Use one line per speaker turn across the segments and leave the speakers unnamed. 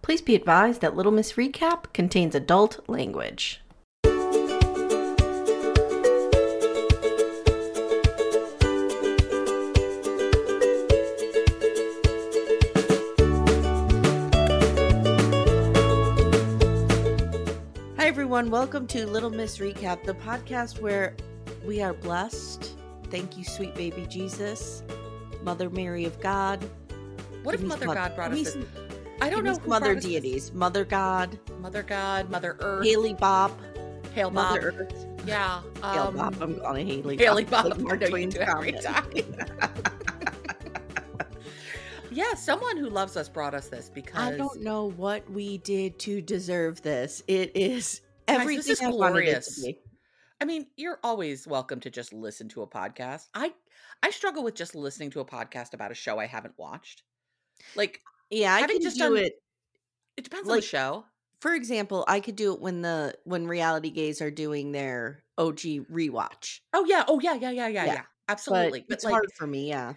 Please be advised that Little Miss Recap contains adult language. Hi, everyone. Welcome to Little Miss Recap, the podcast where we are blessed. Thank you, sweet baby Jesus, Mother Mary of God.
What if
Give me
Mother
some-
God brought
give me
us
some-
this? I don't
give
know
me some
who
Mother
brought us this.
deities, Mother God,
Mother God, Mother Earth,
Haley Bob,
Hail Bob.
Mother Earth.
Yeah.
Haley
um,
Bob. I'm calling it Haley.
Haley
Bob.
Bob.
Like Mark
I know you
Twain's
do every
comment.
Yeah, someone who loves us brought us this because
I don't know what we did to deserve this. It is
Guys, this
everything
is
I wanted it
glorious.
to be.
I mean, you're always welcome to just listen to a podcast. I I struggle with just listening to a podcast about a show I haven't watched. Like
Yeah, I
Having
can
just
do
done-
it.
it depends on
Like-
the show.
For example, I could do it when the when reality gays are doing their OG rewatch.
Oh yeah, oh yeah, yeah, yeah, yeah,
Yeah,
yeah. Absolutely.
but, it's
like,
hard for me. Yeah,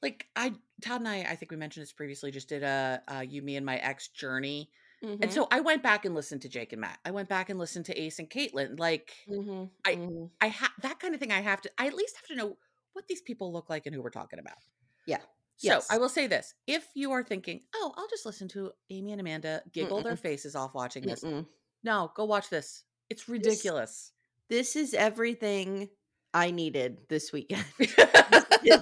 like I Todd and I, I think we mentioned this previously, just did a, uh you, me, and my ex journey. And
Mm-hmm.
so I went back and listened to Jake and Matt. I went back and listened to Ace and Caitlin. Like
Mhm,
I-
mhm.
I have that kind of thing. I have to. I at least have to know what these people look like and who we're talking about.
Yeah.
So
Yes.
I will say this: if you are thinking, "Oh, I'll just listen to Amy and Amanda giggle their faces off watching this,"
Mm-mm.
no, go watch this. It's ridiculous.
this is everything I needed this weekend. is-
Your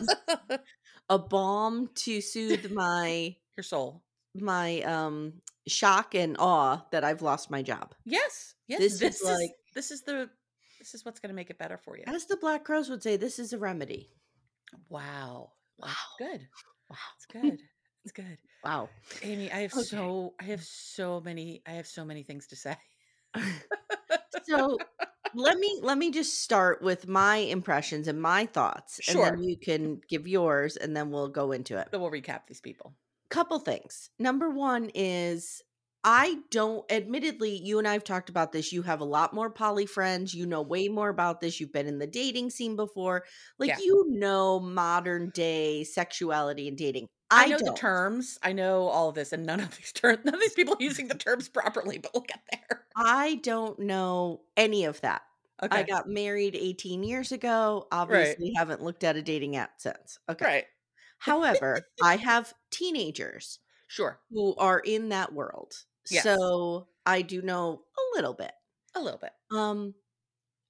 A balm to soothe my
soul.
my um shock and awe that I've lost my job.
Yes. Yes.
This is
This, is,
like-
this is the this is what's going to make it better for you.
As the Black Crows would say, this is a remedy.
Wow. Wow. Good.
Wow.
It's good. It's good.
Wow.
Amy, I have
Okay.
so I have so many I have so many things to say.
so let me let me just start with my impressions and my thoughts and
Sure.
then you can give yours and then we'll go into it.
But we'll recap these people.
Couple things. Number 1 is I don't admittedly you and I've talked about this. You have a lot more poly friends. You know way more about this. You've been in the dating scene before. Like
Yeah.
you know modern day sexuality and dating.
I, know
don't.
the terms. I know all of this, and none of these terms, none of these people are using the terms properly. But we'll get there.
I don't know any of that.
Okay,
I got married 18 years ago. Obviously, haven't looked at a dating app since. Okay.
right.
However, I have teenagers
Sure,
who are in that world.
Yes.
So I do know a little bit.
a little bit.
Um,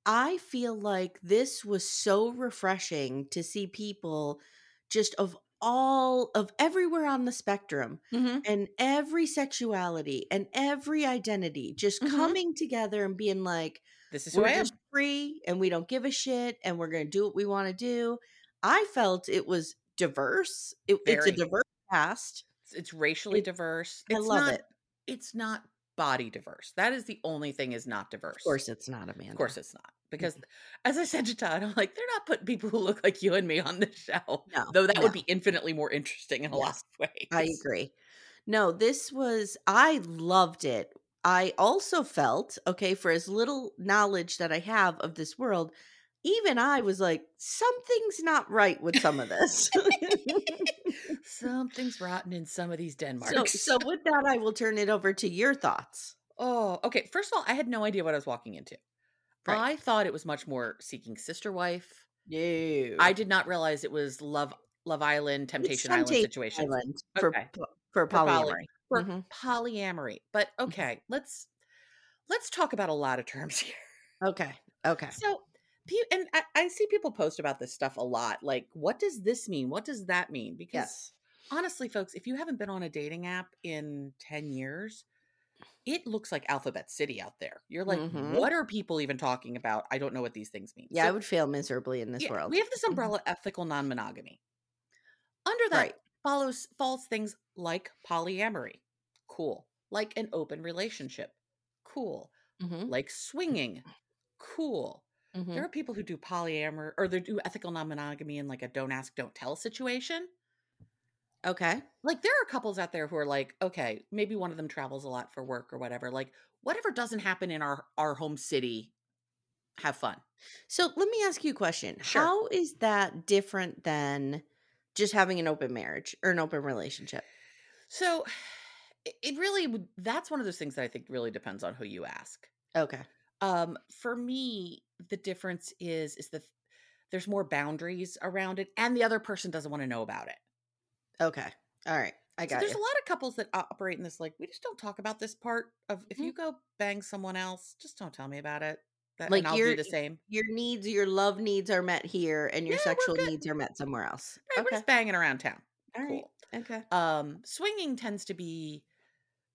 I feel like this was so refreshing to see people just of all of everywhere on the spectrum
Mm-hmm.
and every sexuality and every identity just
Mhm.
coming together and being like,
This is who
we're
I am.
just free and we don't give a shit and we're going to do what we want to do. I felt it was diverse. It, it's a
Very.
diverse cast.
It's- It's racially
it-
diverse.
I
It's
love
not,
it.
It's not body diverse. That is the only thing is not diverse.
Of course, it's not Amanda.
of course, it's not because,
Mm-hmm.
as I said to Todd, I'm like they're not putting people who look like you and me on the show.
No,
though that
no.
would be infinitely more interesting in a lot
Yes,
of ways.
I agree. No, this was, I loved it. I also felt, okay, for as little knowledge that I have of this world, even I was like, something's not right with some of this.
Something's rotten in some of these Denmarks.
so, so with that, I will turn it over to your thoughts.
Oh, okay. First of all, I had no idea what I was walking into.
Right.
I thought it was much more Seeking Sister Wife.
No,
I did not realize it was Love Love Island, Temptation Island situation
Island for
Okay.
po- for
For poly-
polyamory. Mm-hmm.
for
Mhm.
polyamory. But okay, let's let's talk about a lot of terms here.
Okay, okay.
So, pe- and I, I see people post about this stuff a lot. Like, what does this mean? What does that mean? Because
Yes,
honestly, folks, if you haven't been on a dating app in 10 years, it looks like Alphabet City out there. You're like,
Mhm.
what are people even talking about? I don't know what these things mean.
yeah, I
So,
would fail miserably in this
yeah,
world.
We have this
Mhm.
umbrella ethical non monogamy. Under that
Right.
follows falls things like polyamory, cool. Like an open relationship, cool.
Mhm,
Like swinging, cool.
mhm.
There are people who do polyamory or they do ethical non monogamy in like a don't ask, don't tell situation
Okay,
like there are couples out there who are like okay maybe one of them travels a lot for work or whatever like whatever doesn't happen in our our home city have fun
so let me ask you a question.
Sure.
How is that different than just having an open marriage or an open relationship?
so it- it really would- that's one of those things that i think really depends on who you ask
Okay,
um for me the difference is is the there's more boundaries around it and the other person doesn't want to know about it
okay, all right. I
so
got
there's
you.
a lot of couples that operate in this like we just don't talk about this part of if
Mhm.
you go bang someone else just don't tell me about it that,
Like
and i'll do
you're-
the same
your needs, your love needs are met here, and your
Yeah, we're
sexual
good.
needs are met somewhere else.
Right, We're
Okay,
just banging around town.
all right,
Cool.
okay,
Um, swinging tends to be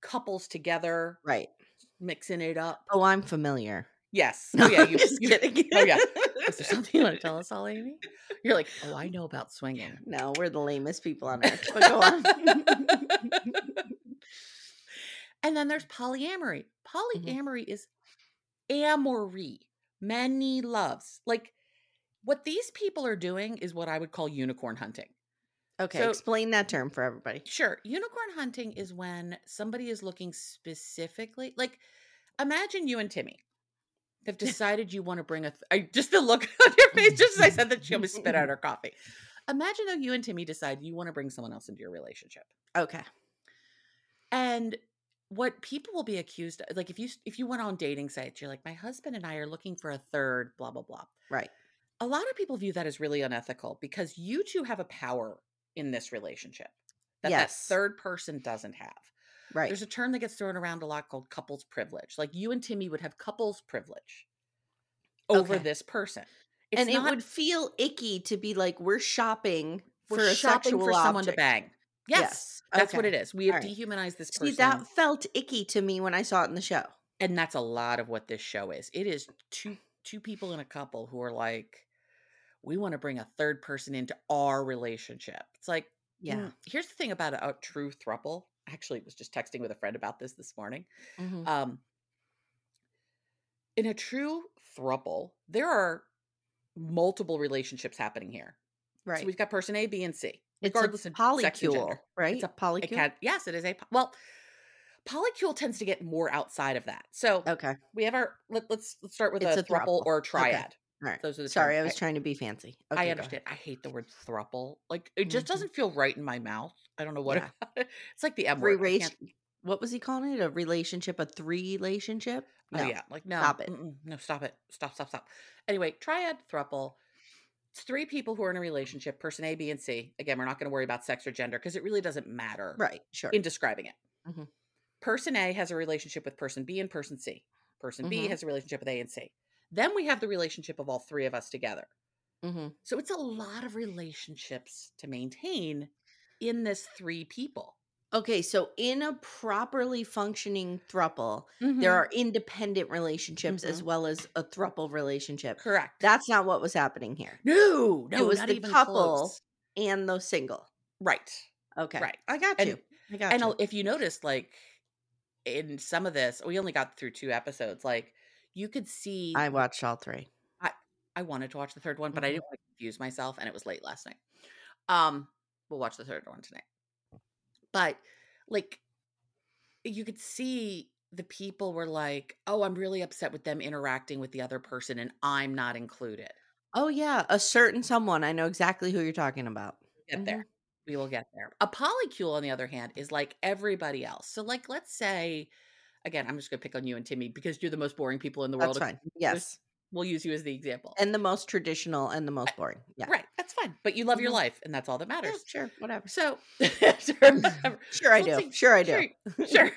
couples together
right.
mixing it up.
Oh, I'm familiar.
Yes.
No,
oh yeah.
I'm
You,
just
you-
kidding.
Oh yeah. Is there something you want to tell us, all Amy? You're like, oh, I know about swinging.
No, we're the lamest people on earth. But go on.
and then there's polyamory.
Mm-hmm.
Polyamory is amory, many loves. Like what these people are doing is what I would call unicorn hunting.
Okay,
So-
explain that term for everybody.
Sure. Unicorn hunting is when somebody is looking specifically, like, imagine you and Timmy have decided you want to bring a, th- I, just the look on your face, just as I said that she almost spit out her coffee. Imagine though you and Timmy decide you want to bring someone else into your relationship.
Okay.
And what people will be accused of, like if you s- if you went on dating sites, you're like, my husband and I are looking for a third, blah, blah, blah.
Right.
A lot of people view that as really unethical because you two have a power in this relationship that
Yes.
that third person doesn't have.
Right.
There's a term that gets thrown around a lot called couples privilege. Like you and Timmy would have couples privilege over
Okay.
this person.
and
It's
it
not-
would feel icky to be like we're shopping
we're
for a
shopping
sexual
for someone to
object.
bang. Yes, that's what it
okay.
is. We have
All right.
dehumanized this person,
See, that felt icky to me when I saw it in the show.
and that's a lot of what this show is. It is two two people in a couple who are like, we want to bring a third person into our relationship. It's like,
Yeah.
mm, Here's the thing about a, a true thruple. Actually, was just texting with a friend about this this morning.
Mhm.
Um, in a true thruple, there are multiple relationships happening here.
Right.
So we've got person A, B, and C,
it's a
regardless of sex and
polycule,
gender.
right?
It's a It
polycule.
can, yes, it is a po- well. Polycule tends to get more outside of that. So
Okay.
we have our let, let's let's start with
It's
a,
a
thruple
thruple.
or a
Okay.
triad.
All right.
Those are the
Sorry,
terms.
I was
I-
trying to be fancy.
I
Okay, go ahead.
understand. I hate the word thruple. Like it just
Mhm.
doesn't feel right in my mouth. I don't know what
Yeah.
about it. it's like the M
Three
word. I
race.
can't-
What was he calling it? A relationship? A three relationship?
Oh yeah, like no,
Stop it.
mm-mm, no, stop it, stop, stop, stop. Anyway, triad, thruple. It's three people who are in a relationship. Person A, B, and C. Again, we're not going to worry about sex or gender because it really doesn't matter
Right. Sure.
in describing it.
Mhm.
Person A has a relationship with person B and person C. Person B
Mhm.
has a relationship with A and C. Then we have the relationship of all three of us together.
mm-hmm.
So it's a lot of relationships to maintain in this three people.
Okay, so in a properly functioning thruple,
Mm-hmm.
there are independent relationships as well as a thruple relationship.
correct.
That's not what was happening here.
no, no,
was
not
the
even
couple.
close.
And the single.
Right,
Okay.
right.
I got
And-
you. I got
And
you.
I'll- if you notice, like in some of this, we only got through two episodes. Like you could see,
I watched all three.
I wanted to watch the third one, but I
Mhm.
didn't want to confuse myself, and it was late last night. Um, we'll watch the third one tonight. But like, you could see the people were like, "Oh, I'm really upset with them interacting with the other person, and I'm not included."
Oh yeah, a certain someone. I know exactly who you're talking about.
get
Mhm.
there. Mm-hmm. We will get there. A polycule, on the other hand, is like everybody else. So, like, let's say, again, I'm just going to pick on you and Timmy because you're the most boring people in the world.
That's fine.
there's-
Yes.
We'll use you as the example.
And the most traditional and the most boring. Yeah.
right, that's fine. But you love your
Mhm.
life, and that's all that matters.
Yeah, sure. Whatever.
So, sure,
Sure I do. Sure I do.
Sure,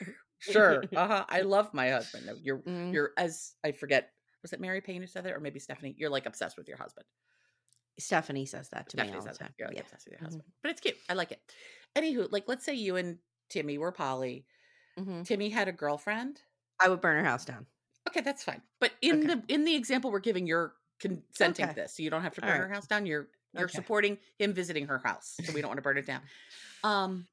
sure. Uh huh. I love my husband. though. You're
Mhm.
you're as I forget. Was it Mary Payne who said that, or maybe Stephanie? You're like obsessed with your husband.
Stephanie says that to me all
Stephanie
the
says that.
time.
You're like
Yeah.
obsessed with your
Mhm.
husband, but it's cute. I like it. Anywho, like let's say you and Timmy were poly.
Mhm.
Timmy had a girlfriend.
I would burn her house down.
Okay, that's fine. But in
Okay.
the in the example we're giving, you're consenting
Okay.
to this, so you don't have to
All
burn her
right.
house down. You're you're
Okay.
supporting him visiting her house, so we don't want to burn it down. Um,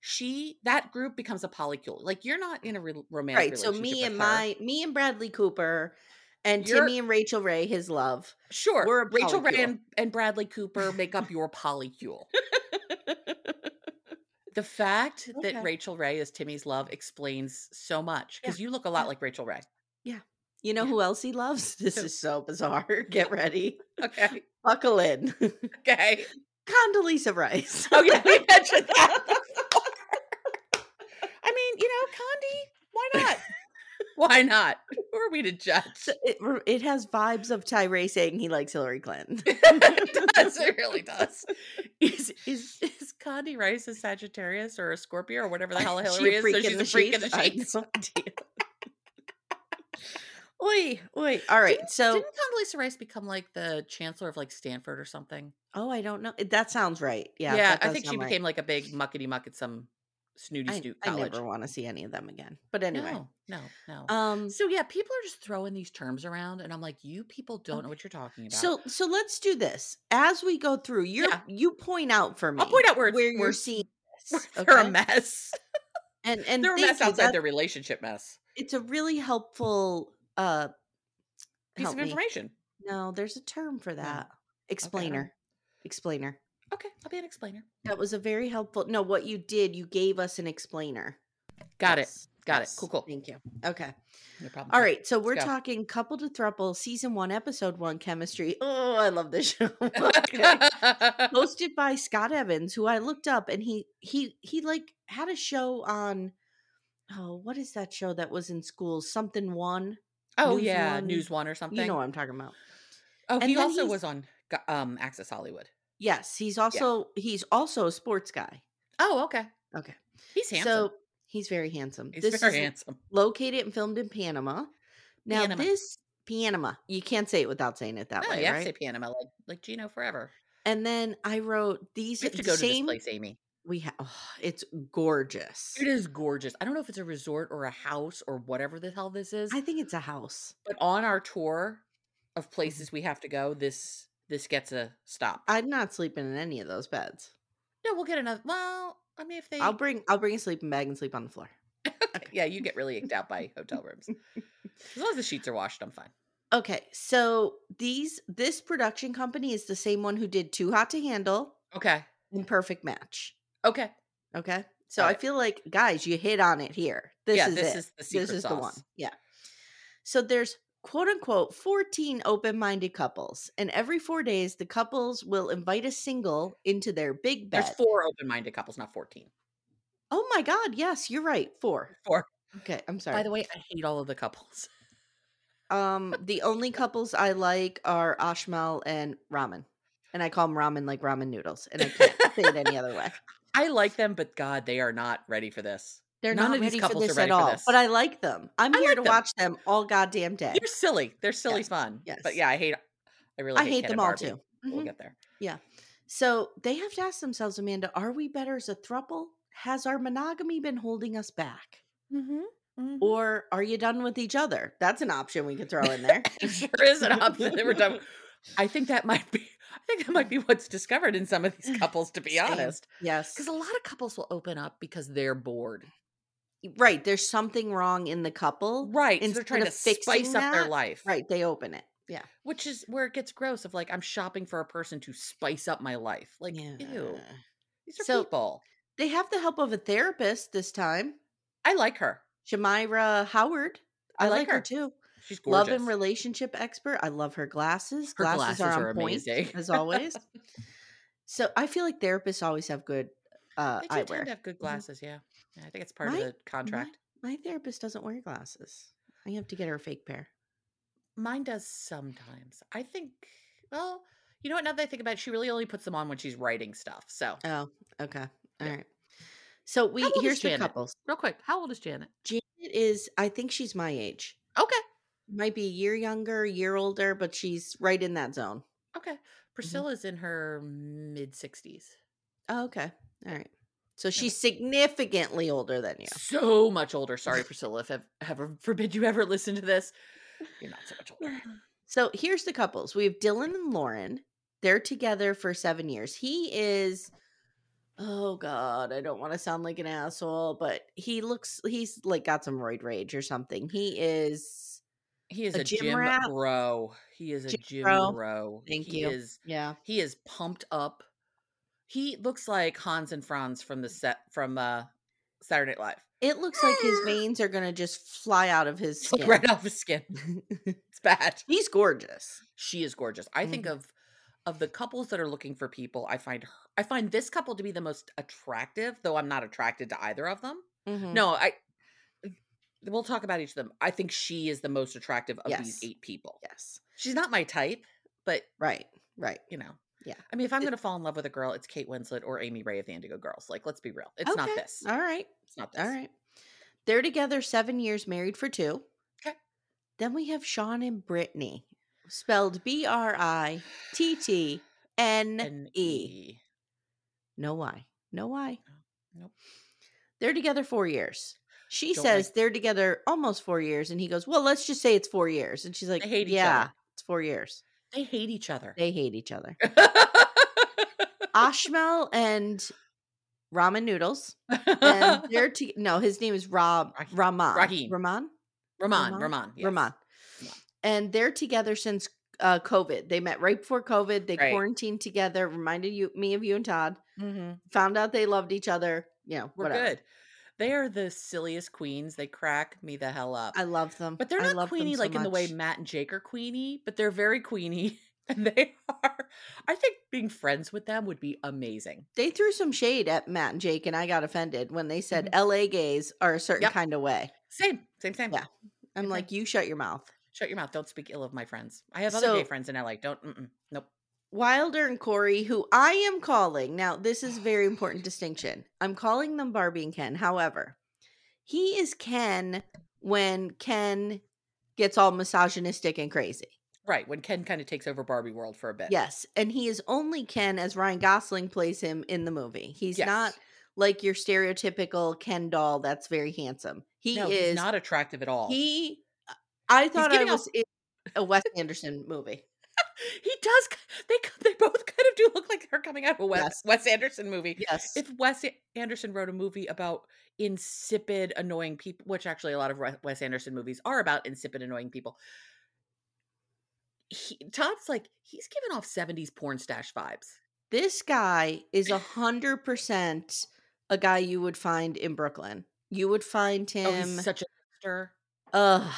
she that group becomes a polycule. Like you're not in a re- romantic
Right. So
relationship.
me
with
and
her.
my me and Bradley Cooper and
You're-
Timmy and Rachel Ray, his love.
sure,
we're a
Rachel Ray
polycule.
and, and Bradley Cooper make up your polycule. The fact
Okay.
that Rachel Ray is Timmy's love explains so much because you look a
yeah.
lot like Rachel Ray.
You know
Yeah.
who else he loves? This
Who?
is so bizarre. Get ready.
Okay,
Buckle in.
okay.
Condoleezza Rice.
Oh yeah, we mentioned that. I mean, you know, Condi, why not? why not? Who are we to judge?
It, re- it has vibes of Tyree saying he likes Hillary Clinton.
it does. It really does. Is is is Condi Rice a Sagittarius or a Scorpio or whatever the hell
She a
Hillary is?
freak
So
in
she's
the
a freak in the
sheets? I
sheets.
have no idea. Oi, oi. All right.
Didn't,
so,
didn't Condoleezza Rice become like the chancellor of like Stanford or something?
oh, I don't know. That sounds right. Yeah. that
I
does
think she
sound right.
became like a big muckety muck at some snooty
I,
snoot
I
college.
never want to see any of them again. But anyway.
No, no, no.
Um
So yeah, people are just throwing these terms around, and I'm like, you people don't know what you're talking about.
Oh. so so let's do this. As we go through, you
Yeah.
you point out for me
I'll point out where it's-
where you're
where-
seeing
We're-
this.
they're
okay?
a mess.
And and
they're a
thank
mess
you,
outside
that-
their relationship mess.
it's a really helpful uh
Piece
help
of
me.
information.
No, there's a term for that. Explainer. Explainer.
Okay, I'll be an explainer.
That was a very helpful. No, what you did, you gave us an explainer.
Got
Yes,
it. Got
yes,
it. Cool, cool.
Thank you. Okay.
No problem.
All right. So we're
go.
talking couple to thruple, season one, episode one, chemistry. Oh, I love this show. Okay. Hosted by Scott Evans, who I looked up, and he he he like had a show on. Oh, what is that show that was in school? Something one.
oh
News
yeah,
One.
News One or something.
You know what I'm talking about.
oh,
And
he
then
also
he's-
was on Go- um Access Hollywood.
Yes, he's also he's also a sports guy.
Oh, okay.
Okay.
He's handsome.
So he's very handsome.
He's
this
very
is
handsome.
located and filmed in Panama. Now
Panama.
this Panama, you can't say it without saying it that
No,
way,
you have
right?
to say Panama like like Gino forever.
and then I wrote these
You have to
the
go to this
same
place, Amy.
we have. it's gorgeous.
It is gorgeous. I don't know if it's a resort or a house or whatever the hell this is.
I think it's a house.
but on our tour
Mm-hmm.
of places we have to go, this this gets a stop.
I'm not sleeping in any of those beds.
no, we'll get another. Well, I mean, if they,
I'll bring I'll bring a sleeping bag and sleep on the floor.
yeah, you get really icked out by hotel rooms. As long as the sheets are washed, I'm fine.
Okay, so these this production company is the same one who did Too Hot to Handle
Okay,
and Perfect Match.
okay,
Okay. So
Got
I
it.
feel like guys, you hit on it here. This
yeah.
is
this
it.
is the secret
this is
sauce.
the one. Yeah. So there's quote unquote 14 open-minded couples, and every 4 days the couples will invite a single into their big bed.
There's four open-minded couples, not fourteen.
Oh my god, yes, you're right. 4.
Four.
Okay, I'm sorry.
By the way, I hate all of the couples.
um the only couples I like are Ashmal and Ramen. And I call them ramen like ramen noodles, and I can't say it any other way.
I like them, but God, they are not ready for this.
They're
None
not
of these
ready for
couples are
this
ready
at
for
all,
this.
but I like them. I'm
I
here
like
to
them.
watch them all goddamn day.
They're silly. They're silly
Yes,
fun.
yes.
But yeah, I hate. I really.
I
hate
hate
Ken and
them all
Barbie.
too.
We'll
Mhm.
get there.
So they have to ask themselves, Amanda, are we better as a thruple? Has our monogamy been holding us back?
Mm-hmm.
Or are you done with each other? That's an option we could throw in there.
It sure is an option that we're done. with. I think that might be. I think that might be what's discovered in some of these couples, to be
Same.
honest.
Yes.
Because Mm, a lot of couples will open up because they're bored,
Right. There's something wrong in the couple.
right? so
Instead
they're trying to
of fixing
spice up their
that-
life,
Right. They open it. Yeah.
Which is where it gets gross. Of like, I'm shopping for a person to spice up my life. Like, ew,
Yeah.
these are
So-
people.
They have the help of a therapist this time,
I like her.
Shamira Howard. I, like her. too.
She's
Love
gorgeous.
and relationship expert. I love her glasses.
Her
glasses, are,
glasses
on
are
point
amazing.
as always. so I feel like therapists always have good uh,
They do tend
eyewear.
to have good glasses. Yeah. yeah, I think it's part
My-
of the contract.
My therapist doesn't wear glasses. I have to get her a fake pair.
Mine does sometimes. I think. Well, you know what? Now that I think about it, she really only puts them on when she's writing stuff. So,
Oh, okay, all right.
Yeah.
So we
old is
here's two
Janet?
couples.
real quick, how old is Janet?
Janet is, I think she's my age.
Okay,
Might be a year younger, a year older, but she's right in that zone.
okay. Priscilla's in her mid sixties.
Oh, okay, all right. So she's significantly older than you.
So much older. Sorry, Priscilla, if I've ever forbid you ever listen to this. You're not so much older.
So here's the couples. We have Dylan and Lauren. They're together for seven years. He is, oh God, I don't want to sound like an asshole, but he looks, he's like got some roid rage or something. He is,
He is
A
a,
gym
gym,
rat?
bro. He is a
Gym
gym,
bro.
bro.
Thank
he
you.
Is,
yeah,
he is pumped up. He looks like Hans and Franz from the set from uh, Saturday Night Live.
it looks like his veins are going to just fly out of his
It's like
skin.
right off his skin. It's bad.
he's gorgeous.
She is gorgeous. I think
Mhm.
of of the couples that are looking for people, I find her, I find this couple to be the most attractive, though I'm not attracted to either of them.
Mhm.
No, I we'll talk about each of them. I think she is the most attractive of
Yes.
these eight people.
Yes.
She's not my type, but
Right. Right.
you know.
Yeah.
I mean, if I'm
It-
going to fall in love with a girl, it's Kate Winslet or Amy Ray of the Indigo Girls. Like, let's be real. It's not
Okay,
this.
All right.
It's not this.
All right. They're together seven years, married for two.
Okay.
Then we have Sean and Brittany, spelled B R I T T N.
An
E.
E.
No why. No why.
Nope.
They're together four years. She
Don't like-
says they're together almost four years. And he goes, Well, let's just say it's four years. And she's like,
They hate each
Yeah,
other.
it's four years.
They hate each other.
They hate each other. Ashmel and Ramen Noodles. And they're to- no, his name is Rob
Rahi-
Rahman.
Raheem.
Rahman?
Ramon,
Ramon?
Ramon, yes.
Ramon.
Ramon.
And they're together since uh, COVID. They met right before COVID. They
Right.
quarantined together. Reminded you, me of you and Todd.
Mhm.
Found out they loved each other. You know,
We're
whatever.
good. They are the silliest queens. They crack me the hell up.
I love them,
but they're
I
not
love them
queeny
so
like in the way
much.
Matt and Jake are queeny, but they're very queeny. And they are. I think being friends with them would be amazing.
they threw some shade at Matt and Jake, and I got offended when they
Mm-hmm.
said "L.A. gays are a certain
Yep.
kind of way."
Same, same, same.
Yeah. I'm
Okay.
like, you shut your mouth.
Shut your mouth. Don't speak ill of my friends. I have other gay
So-
friends in LA. Don't. Mm-mm, nope.
Wilder and Corey, who I am calling now, this is a very important distinction. I'm calling them Barbie and Ken. However, he is Ken when Ken gets all misogynistic and crazy.
Right when Ken kind of takes over Barbie World for a bit.
Yes. And he is only Ken as Ryan Gosling plays him in the movie. He's
Yes.
not like your stereotypical Ken doll that's very handsome. He
no,
is
he's not attractive at all.
he I thought I
getting off-
was in a Wes Anderson movie.
he does. k- They k- they both kind of do look like they're coming out of a Wes,
Yes.
Wes Anderson movie.
Yes.
If Wes A- Anderson wrote a movie about insipid, annoying people, which actually a lot of Re- Wes Anderson movies are about insipid, annoying people, he, Todd's like he's giving off '70s porn stash vibes.
this guy is a hundred percent a guy you would find in Brooklyn. You would find
Oh,
him.
he's such a stir.
Ugh,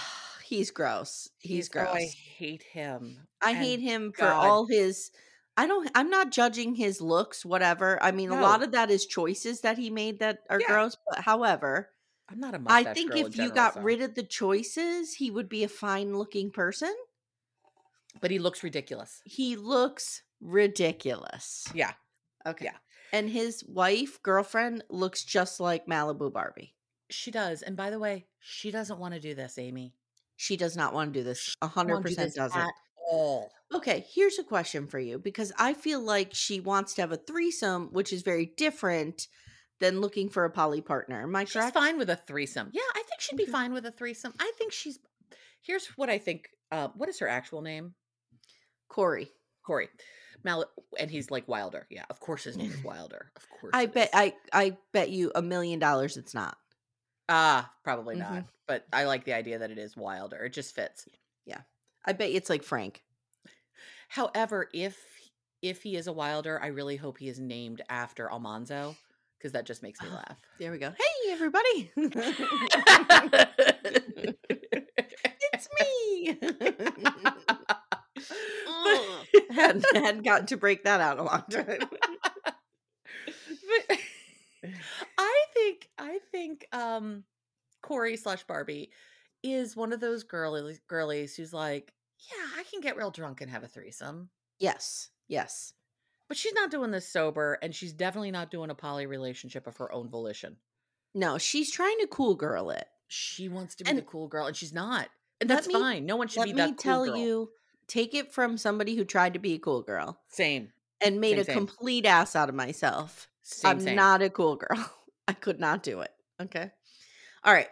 he's gross. He's, gross.
Oh, I
I,
hate him. And
hate him for
God.
all his. I don't. I'm not judging his looks. Whatever. I mean, a lot
No.
of that is choices that he made that are
Yeah.
gross. But however,
I'm not a
I
mustache
think
girl
if
in
you
general,
got
so-
rid of the choices, he would be a fine looking person.
but he looks ridiculous.
He looks ridiculous.
Yeah,
Okay.
yeah.
And his wife, girlfriend, looks just like Malibu Barbie.
she does. And by the way, she doesn't want to do this, Amy.
She does not want to do this. A
She don't
hundred
wanna do
percent
this
doesn't.
at all.
okay, here's a question for you because I feel like she wants to have a threesome, which is very different than looking for a poly partner. Am I
She's
correct?
fine with a threesome. Yeah, I think she'd be
Okay.
fine with a threesome. I think she's. Here's what I think. Uh, what is her actual name?
Corey.
Corey. Mal- and he's like Wilder. Yeah, of course his name is Wilder. Of course.
I
it
bet
is.
I I bet you a million dollars it's not.
Ah, probably not.
Mhm.
But I like the idea that it is Wilder. It just fits.
I bet you it's like Frank.
However, if if he is a Wilder, I really hope he is named after Almanzo because that just
Ah.
makes me laugh.
There we go. Hey everybody.
it's
it's me. Ugh. hadn't, hadn't gotten to break that out in a long time.
but I think I think um Corey slash Barbie is one of those girlies girlies who's like, yeah, I can get real drunk and have a threesome.
Yes. Yes.
But she's not doing this sober, and she's definitely not doing a poly relationship of her own volition.
No, she's trying to cool girl it.
She wants to be the
And-
cool girl, and she's not, and
Let
that's
me-
fine. No one should
Let
be
me
that. cool
tell
girl.
you, take it from somebody who tried to be a cool girl
same,
and made
Same,
a
same.
complete ass out of myself.
same,
I'm
same.
not a cool girl. I could not do it. Okay. All right.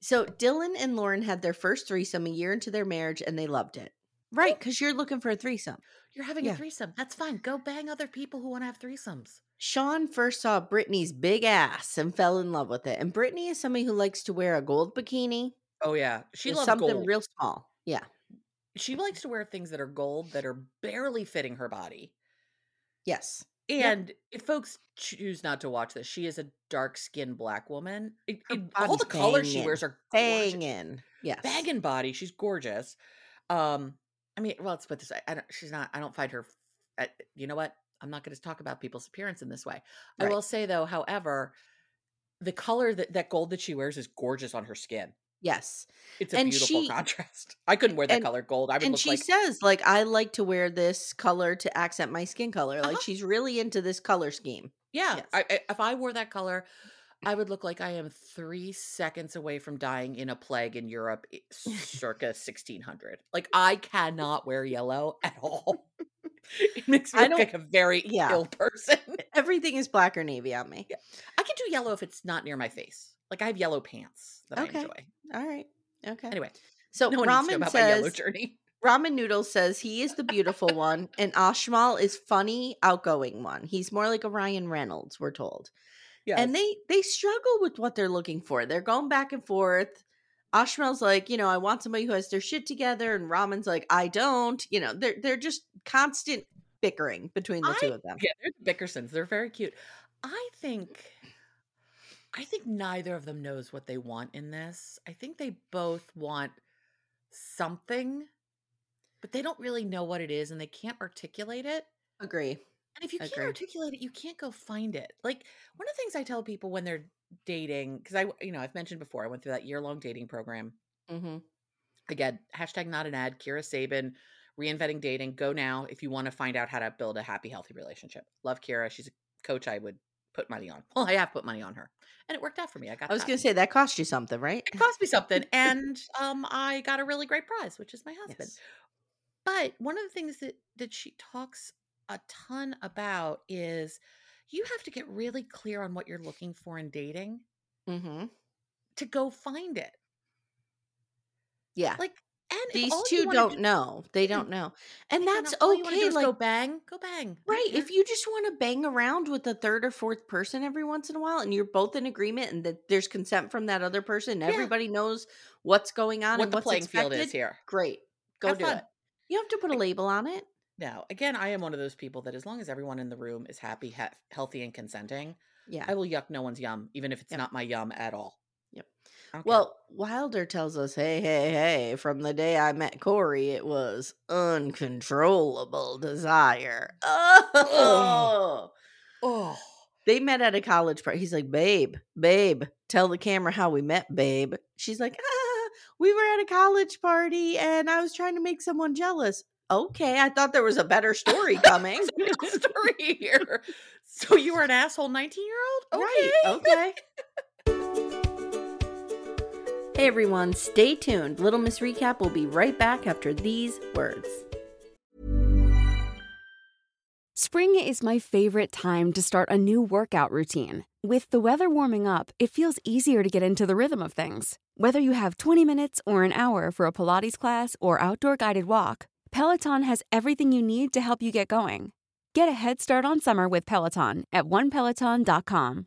So Dylan and Lauren had their first threesome a year into their marriage and they loved it. Right. Because you're looking for a threesome.
You're having a
Yeah.
threesome. That's fine. Go bang other people who want to have threesomes.
Sean first saw Brittany's big ass and fell in love with it. And Brittany is somebody who likes to wear a gold bikini.
Oh yeah, she
or
loves
something
gold.
real small. Yeah.
she likes to wear things that are gold that are barely fitting her body.
Yes.
And if folks choose not to watch this, she is a dark skinned black woman. It-
Her
it- all the
body's
colors she
banging,
wears are gorgeous.
Banging. Yes.
Banging body. She's gorgeous. Um, I mean, well, let's put this. I, I don't. She's not. I don't find her. I, you know what? I'm not going to talk about people's appearance in this way. I
Right.
will say though, however, the color that that gold that she wears is gorgeous on her skin.
Yes.
It's a
And
beautiful
she-
contrast. I couldn't wear that
and-
color gold. I would
and
look
she
like
says like i like to wear this color to accent my skin color like
Uh-huh.
she's really into this color scheme
Yeah.
Yes.
I, I, if I wore that color, I would look like I am three seconds away from dying in a plague in Europe i- circa 1600. Like, I cannot wear yellow at all. It makes me
I
look
don't-
like a very
yeah. Eh,
ill person.
everything is black or navy on me
I can do yellow if it's not near my face. Like, I have yellow pants that I
Okay.
enjoy.
all right okay
Anyway,
so
no one needs to
ramen
know about my yellow
says
journey.
ramen noodles says he is the beautiful one and ashmal is funny outgoing one he's more like a ryan reynolds we're told
Yeah.
and they they struggle with what they're looking for they're going back and forth ashmal's like you know i want somebody who has their shit together and ramen's like i don't you know they're they're just constant bickering between the
I-
two of them
Yeah, they're the Bickersons. They're very cute. I think I think neither of them knows what they want in this. I think they both want something, but they don't really know what it is and they can't articulate it.
Agree.
And if you can't
Agree.
articulate it, you can't go find it. Like one of the things I tell people when they're dating, because I w- you know, I've mentioned before, I went through that year-long dating program.
Mm-hmm.
Again, hashtag not an ad, Kira Sabin, reinventing dating. Go now if you want to find out how to build a happy, healthy relationship. Love Kira. She's a coach I would put money on. Well, I have put money on her. And it worked out for me. I got
I was
that.
going to say that cost you something, right?
it cost me something. and um I got a really great prize, which is my husband.
Yes.
But one of the things that that she talks a ton about is you have to get really clear on what you're looking for in dating
Mm-hmm.
to go find it.
Yeah.
Like and if
These
all you
two
wanna
don't
do- Mm.
know. They don't know, and
Like,
that's
not- all you wanna do
okay.
is
Like
go bang, go bang. I don't
right,
care.
if you just want to bang around with a third or fourth person every once in a while, and you're both in agreement, and that there's consent from that other person, and
Yeah.
everybody knows what's going on
what
and
the
what's
playing
expected,
field is here.
Great, go
Have
do
fun.
it. You have to put a label on it.
Now, again, I am one of those people that as long as everyone in the room is happy, he- healthy, and consenting,
Yeah.
I will yuck no one's yum, even if it's
Yep.
not my yum at all.
Yep.
I don't care.
Well, Wilder tells us, hey, hey, hey, from the day I met Corey, it was uncontrollable desire. Oh,
oh,
they met at a college party. He's like, babe, babe, tell the camera how we met, babe. She's like, ah, we were at a college party and I was trying to make someone jealous. Okay, I thought there was a better story coming.
there's a real story here. So you were an asshole 19 year old? Okay.
Right. Oh, Okay. hey everyone, stay tuned. Little Miss Recap will be right back after these words.
Spring is my favorite time to start a new workout routine. With the weather warming up, it feels easier to get into the rhythm of things. Whether you have 20 minutes or an hour for a Pilates class or outdoor guided walk, Peloton has everything you need to help you get going. Get a head start on summer with Peloton at onepeloton.com.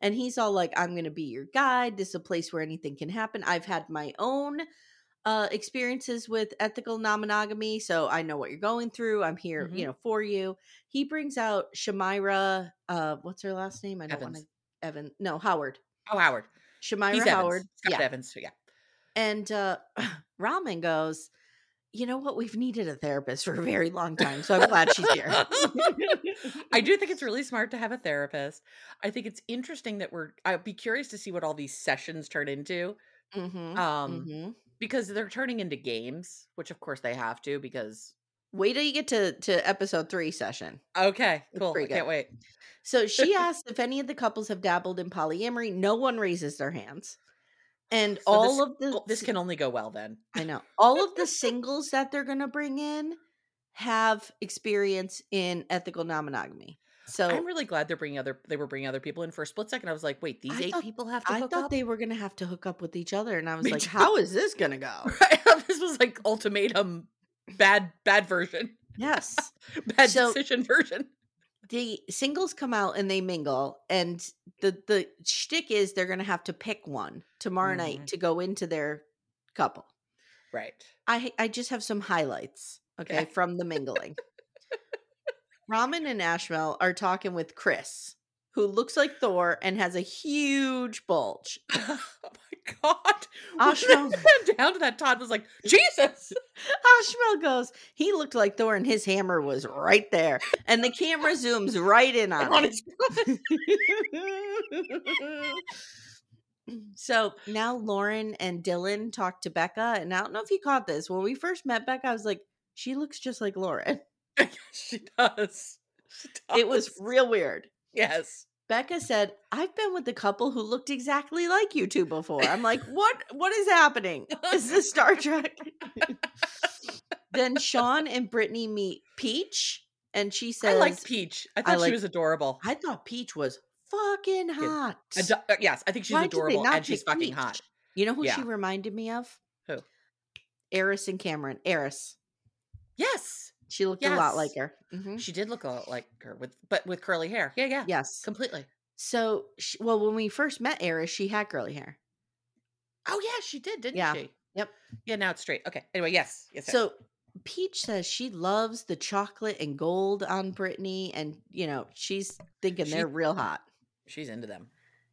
And he's all like, I'm gonna be your guide. This is a place where anything can happen. I've had my own uh experiences with ethical non monogamy, so I know what you're going through. I'm here,
Mm-hmm.
you know, for you. He brings out Shamira, uh, what's her last name? I don't want to
Evans.
Evan. No, Howard.
Oh, Howard.
Shamira
He's Evans.
Howard.
Scott
yeah.
Evans. Yeah.
And uh, Ramen goes, You know what? We've needed a therapist for a very long time. So I'm glad she's here.
I do think it's really smart to have a therapist. I think it's interesting that we're. I'd be curious to see what all these sessions turn into
Mhm,
um,
mhm.
because they're turning into games, which of course they have to because.
Wait till you get to, to episode three session.
Okay,
It's
cool. I
pretty good.
can't wait.
So she asked if any of the couples have dabbled in polyamory. No one raises their hands. And
So
all
this-
of the
Well, this
si-
can only go well then.
I know all of the singles that they're going to bring in have experience in ethical non-monogamy. So
I'm really glad they're bringing other. They were bringing other people in for a split second. I was like, wait, these
I
eight
thought-
people have to
I
hook
thought
up.
they were going to have to hook up with each other, and I was
Me
like,
too.
"How is this going to go?"
this was like ultimatum, bad bad version,
Yes.
bad
So-
decision version.
the singles come out and they mingle, and the the shtick is they're gonna have to pick one tomorrow night
Mhm.
to go into their couple.
Right.
I I just have some highlights, okay,
Okay.
from the mingling. Ramen and Ashmel are talking with Chris, who looks like Thor and has a huge bulge.
oh my god. When they
Ashram-
went down to that Todd was like, Jesus.
Ashmel goes, he looked like Thor and his hammer was right there. And the camera zooms right in on,
on
it.
his butt.
so now Lauren and Dylan talk to Becca, and I don't know if you caught this. When we first met Becca, I was like, she looks just like Lauren.
she does. She does.
It was real weird.
yes.
Becca said, I've been with a couple who looked exactly like you two before. I'm like, what what is happening? Is this Star Trek? then Sean and Brittany meet Peach, and she says
I liked Peach. I thought she
like-
was adorable.
I thought Peach was fucking hot.
Ado- uh, yes, I think she's
Why did they
adorable
not
and she's
pick
fucking
Peach?
hot.
You know who she
Yeah.
reminded me of?
Who?
Eris and Cameron. Eris.
Yes.
She looked a lot like
Yes.
her. Mhm.
She did look a lot like her with but with curly hair. Yeah, yeah.
Yes.
Completely.
So, she, well, when we first met Eris, she had curly hair.
Oh yeah, she did, didn't
Yeah.
she?
Yep.
Yeah, now it's straight. Okay. Anyway, yes. Yes. yes.
So Peach says she loves the chocolate and gold on Brittany, and you know she's thinking
She-
they're real hot.
she's into them.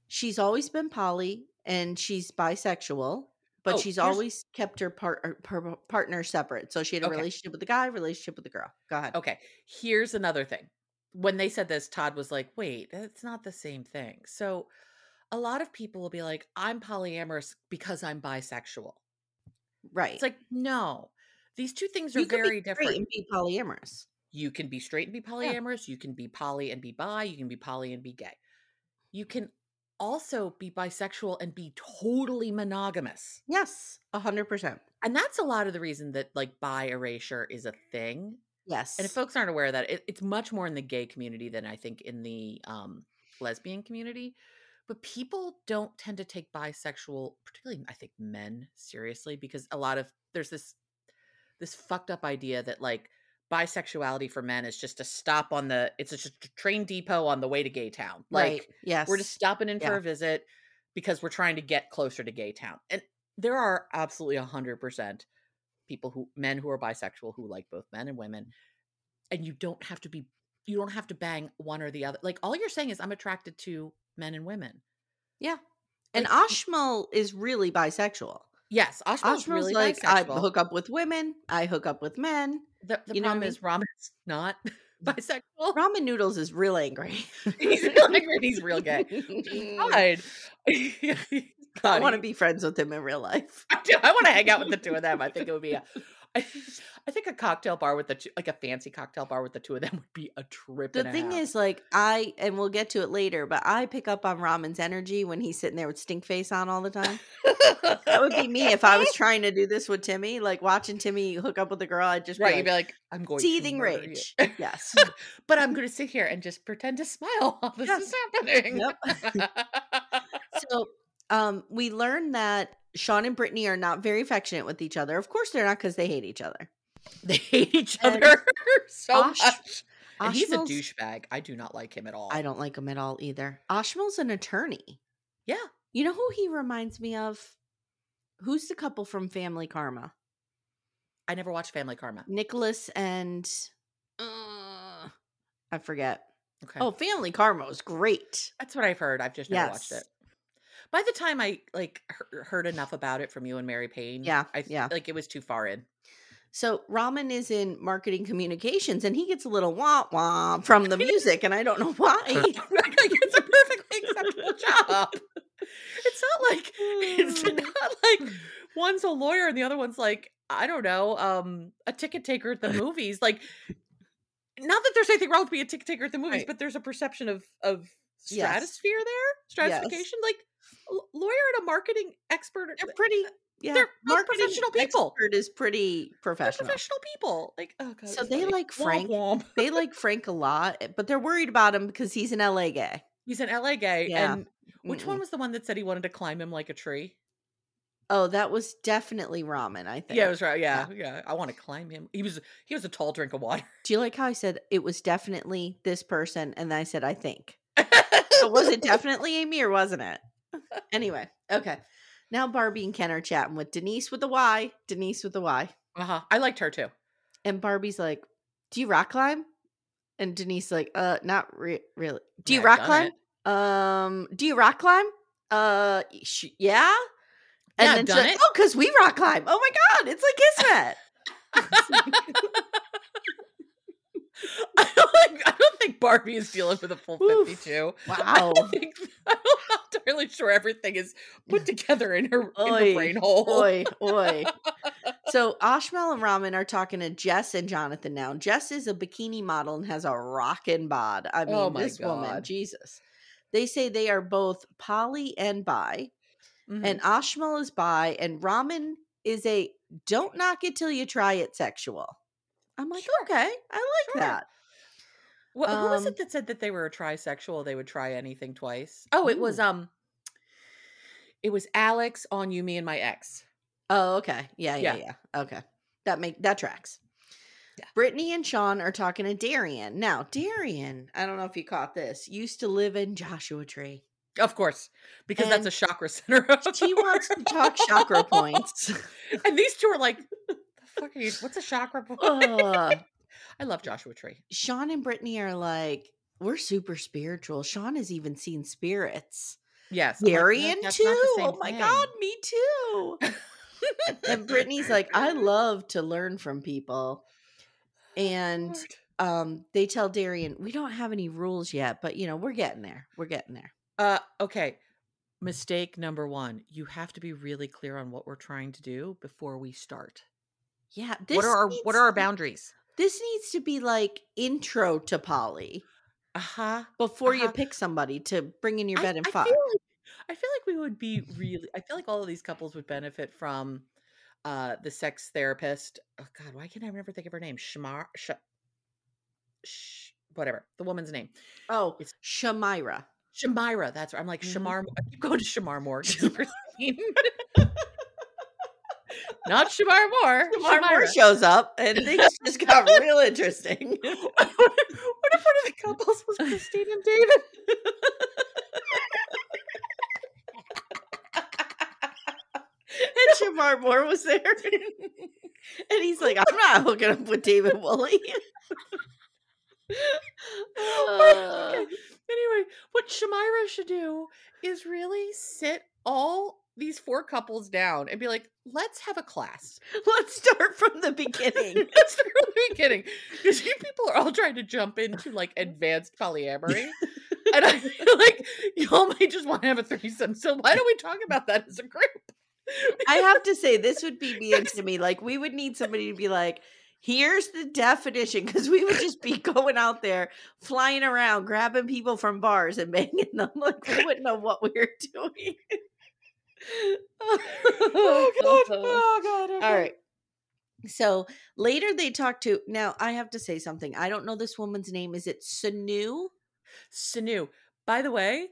She's always been poly and she's bisexual, but
Oh,
she's
here's-
always kept her, par- her par- partner separate. So she had a
Okay. Oh,
relationship with the guy, relationship with the girl. Go ahead.
Okay. Here's another thing. When they said this, Todd was like, wait, it's not the same thing. So a lot of people will be like, I'm polyamorous because I'm bisexual.
Right.
It's like, no, these two things are
be
very
straight
different.
And be polyamorous.
You can be straight and be polyamorous. You can be poly and be bi. You can be poly and be gay. You can also be bisexual and be totally monogamous.
Yes, a hundred percent.
And that's a lot of the reason that like bi erasure is a thing
Yes,
And if folks aren't aware of that, it, it's much more in the gay community than I think in the um, lesbian community. But people don't tend to take bisexual, particularly I think men, seriously because a lot of there's this this fucked up idea that like bisexuality for men is just a stop on the it's just a train depot on the way to gay town. Like
right. Yes,
we're just stopping in for
Yeah.
a visit because we're trying to get closer to gay town. And there are absolutely 100% people who men who are bisexual who like both men and women
Mm-hmm.
and you don't have to be you don't have to bang one or the other. Like all you're saying is I'm attracted to men and women.
yeah. And
like-
Ashmal is really bisexual.
Yes, Ashmal's
Ashmal's
really
like
bisexual.
I hook up with women. I hook up with men.
the the
you know what I
problem is Ramen's not bisexual.
Ramen noodles is real angry.
he's real angry and he's real gay. Which is fine. God,
I
he-
want to be friends with him in real life.
I do. I want to hang out with the two of them. I think it would be a, I think a cocktail bar with the two, like a fancy cocktail bar with the two of them would be a trip.
The
and a
thing
half.
is, like, I and we'll get to it later, but I pick up on Ramen's energy when he's sitting there with stink face on all the time. that would be me if I was trying to do this with Timmy, like watching Timmy hook up with a girl. I'd just
right. You'd
be
be
like,
like, I'm going to
teething
murder you."
rage. yes,
but I'm going to sit here and just pretend to smile while this
Yes.
is happening.
so um we learned that Sean and Brittany are not very affectionate with each other. Of course they're not because they hate each other.
they hate each
And
other so
Osh-
much. And he's a
Ashmal's-
douchebag. I do not like him at all.
I don't like him at all either. Ashmal's an attorney.
Yeah.
You know who he reminds me of? Who's the couple from Family Karma?
I never watched Family Karma.
Nicholas and uh, I forget.
Okay.
Oh, Family Karma was great.
That's what I've heard. I've just never watched
Yes.
it. By the time I like he- heard enough about it from you and Mary Payne,
Yeah,
I th-
yeah.
like it was too far in.
So Raman is in marketing communications, and he gets a little wah wah from the music, and I don't know why.
like it's a perfectly acceptable job. It's not like it's not like one's a lawyer and the other one's like I don't know, um, a ticket taker at the movies. Like, not that there's anything wrong with being a ticket taker at the movies,
Right.
but there's a perception of of
Yes.
stratosphere there, stratification. Like, a l- lawyer and a marketing expert, are-
They're pretty. Yeah,
They're both professional people.
expert is pretty
they're
professional.
professional people. Like, oh god,
So
it's
they
funny.
like
Womp
Frank.
womp.
They like Frank a lot, eh, but they're worried about him because he's an LA guy.
He's an LA guy,
Yeah.
and which one
Mm-mm.
was the one that said he wanted to climb him like a tree?
Oh, that was definitely Ramen. I think.
Yeah, it was right. Yeah, yeah. I want to climb him. He was he was a tall drink of water.
Do you like how I said it was definitely this person, and I said I think? So was it definitely Amy or wasn't it? Anyway, okay. Now Barbie and Ken are chatting with Denise with the Y. Denise with the Y.
uh-huh. I liked her too.
And Barbie's like, "Do you rock climb?" And Denise's like, "Uh, not re- really. Do
Yeah,
you
I've
rock
done
climb? Um, do you rock climb? Uh, y- sh- yeah." And
Yeah, I've
then she's
done
like,
it.
"Oh, because we rock climb. Oh my god, it's like Kismet."
I don't, think, I don't think Barbie is dealing with a full
Oof.
fifty-two. I
Wow.
don't think, I'm not entirely sure everything is put together in her, in her
Oy,
brain hole.
Oi, oi. so Ashmal and Ramen are talking to Jess and Jonathan now. Jess is a bikini model and has a rockin' bod. I mean,
Oh my
this woman,
God.
Jesus. They say they are both poly and bi,
Mhm.
and Ashmal is bi, and Ramen is a don't knock it till you try it sexual. I'm like,
Sure.
okay, I like
Sure.
that.
Wha- who was
um,
it that said that they were a trisexual? They would try anything twice. Oh, it was um, it was Alex on you, me, and my ex.
Oh, okay. Yeah, yeah, yeah.
Yeah.
Okay. That make that tracks.
Yeah. Mm-hmm.
Brittany and Sean are talking to Darian. Now, Darian, I don't know if you caught this, used to live in Joshua Tree.
Of course, because
And
that's a chakra center. of
She
the
wants to talk chakra
world.
points.
and these two are like, the fuck are you? What's a chakra point?
Ugh.
I love Joshua Tree.
Sean and Brittany are like, we're super spiritual. Sean has even seen spirits.
Yes. I'm like, "No,
Darian
that's
too.
not the same
Oh my god,
thing."
me too. and Brittany's like, I love to learn from people. And
Lord.
um, they tell Darian, we don't have any rules yet, but you know, we're getting there. We're getting there.
Uh, okay. Mistake number one: you have to be really clear on what we're trying to do before we start.
Yeah.
what are our What
needs-
are our boundaries?
This needs to be like intro to Polly
Uh huh.
before you
Uh-huh.
pick somebody to bring in your bed and fuck.
Feel like, I feel like we would be really. I feel like all of these couples would benefit from uh the sex therapist. Oh God, why can't I never think of her name? Shamar, sh, sh, whatever the woman's name.
oh,
It's-
Shamira.
Shamira. That's right. I'm like
Mhm.
Shamar. I keep going to Shamar Moore. 'cause of Christine. Not Shamar Moore.
Shamar Moore
Shamira.
shows up and things just got real interesting.
what if what if one of the couples was Christine and David?
And Shamar Moore was there. and he's like, I'm not hooking up with David Woolley. Uh.
Or- okay. Anyway, what Shamira should do is really sit all these four couples down and be like, let's have a class.
Let's start from the beginning.
That's the really kidding. Because you people are all trying to jump into like advanced polyamory. and I feel like y'all might just want to have a threesome. So why don't we talk about that as a group?
I have to say, this would be me and Timmy. Like, we would need somebody to be like, here's the definition, because we would just be going out there, flying around, grabbing people from bars and banging them. Like, we wouldn't know what we were doing.
oh god. Oh god.
All right. So later they talk to now I have to say something. I don't know this woman's name. Is it Sanu?
Sanu. By the way,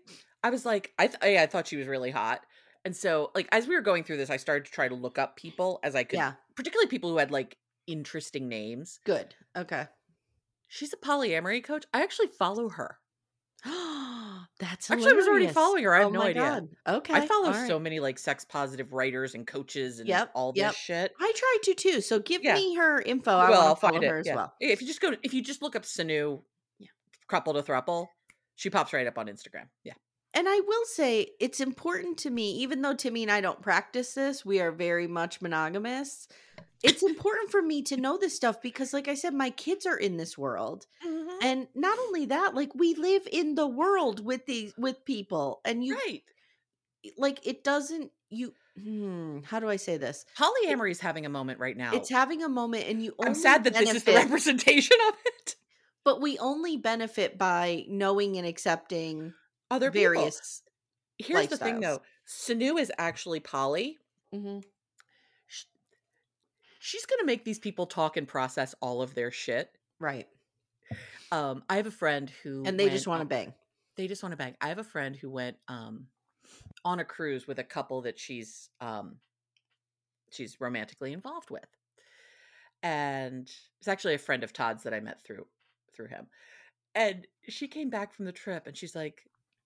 I was like, I th- yeah, I thought she was really hot. And so, like, as we were going through this, I started to try to look up people as I could,
Yeah.
particularly people who had like interesting names.
Good. Okay.
She's a polyamory coach. I actually follow her.
That's hilarious.
Actually, I was already following her. I have
oh
no
my
idea.
God. Okay.
I follow
all right.
so many like sex positive writers and coaches and
Yep,
all
yep.
this shit.
I try to too. So give
Yeah.
me her info. I
well,
want
I'll
to follow
find it
her as
yeah.
well.
Yeah, If you just go, if you just look up Sanu, couple to thruple, she pops right up on Instagram. Yeah.
And I will say it's important to me, even though Timmy and I don't practice this, we are very much monogamous. It's important for me to know this stuff because, like I said, my kids are in this world.
Mm-hmm.
And not only that, like we live in the world with these with people. And you
right.
like it doesn't you hmm, how do I say this?
Polyamory is having a moment right now.
It's having a moment and you only
I'm sad that this is the
benefit-
representation of it.
but we only benefit by knowing and accepting
Other people.
various
Here's the thing
lifestyles. Mm-hmm.
though. Sanu is actually poly. Sh- She's going to make these people talk and process all of their shit.
right.
Um, I have a friend who
And they just
went
want to
on-
bang.
They just want to bang. I have a friend who went um on a cruise with a couple that she's um she's romantically involved with. And it's actually a friend of Todd's that I met through through him. And she came back from the trip and she's like,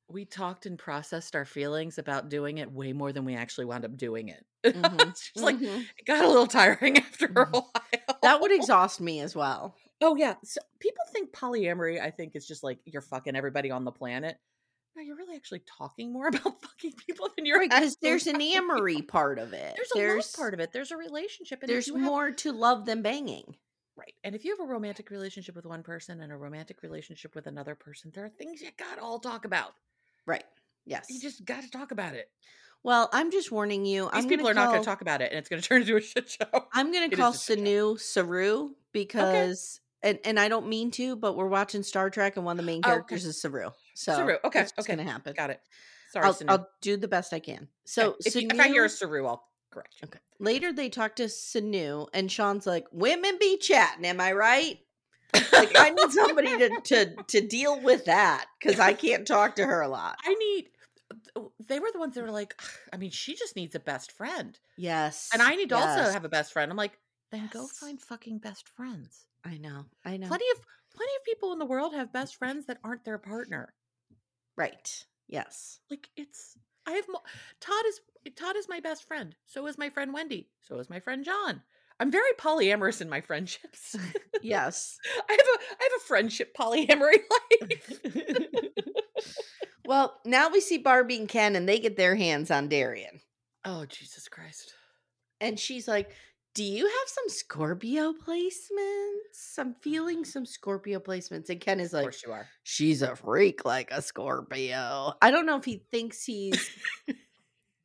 We talked and processed our feelings about doing it way more than we actually wound up doing it.
Mhm.
she's like, it got a little tiring after a
Mhm.
while.
That would exhaust me as well.
Oh yeah. So people think polyamory, I think, is just like you're fucking everybody on the planet. No, you're really actually talking more about fucking people than you're
Right, because there's an
actually-
amory part of it.
There's a love part of it. There's a relationship. And if
There's
you have-
more to love than banging.
right. And if you have a romantic relationship with one person and a romantic relationship with another person, there are things you gotta all talk about.
Right. Yes.
You just gotta talk about it.
well, I'm just warning you.
These
I'm
people
gonna
are not gonna
call-
talk about it and it's gonna turn into a shit show.
I'm going
It
to
is
call
just a joke.
Sanu Saru because, and, and I don't mean to, but we're watching Star Trek and one of the main
Oh, okay.
characters is Saru. So
Saru, okay,
it's just
okay,
going to happen.
Got it. Sorry,
I'll,
Sanu.
I'll do the best I can. So
Okay. if, you- if I hear a Saru, I'll correct you.
Okay. later they talk to Sanu and Sean's like, women be chatting. Am I right? Like I need somebody to, to, to deal with that because I can't talk to her a lot.
I need. They were the ones that were like, "Ugh, I mean, she just needs a best friend,
Yes.
and I need to also
yes.
have a best friend. I'm like, then go
Yes.
find fucking best friends.
I know. I know.
Plenty of plenty of people in the world have best friends that aren't their partner.
Right. Yes.
Like it's, I have mo- Todd is Todd is my best friend. So is my friend Wendy. So is my friend John. I'm very polyamorous in my friendships.
Yes.
I have a I have a friendship polyamory life.
Well, now we see Barbie and Ken and they get their hands on Darian.
oh Jesus Christ!
And she's like, Do you have some Scorpio placements? I'm feeling some Scorpio placements. And Ken is
Of
like,
course you are.
She's a freak like a Scorpio. I don't know if he thinks he's.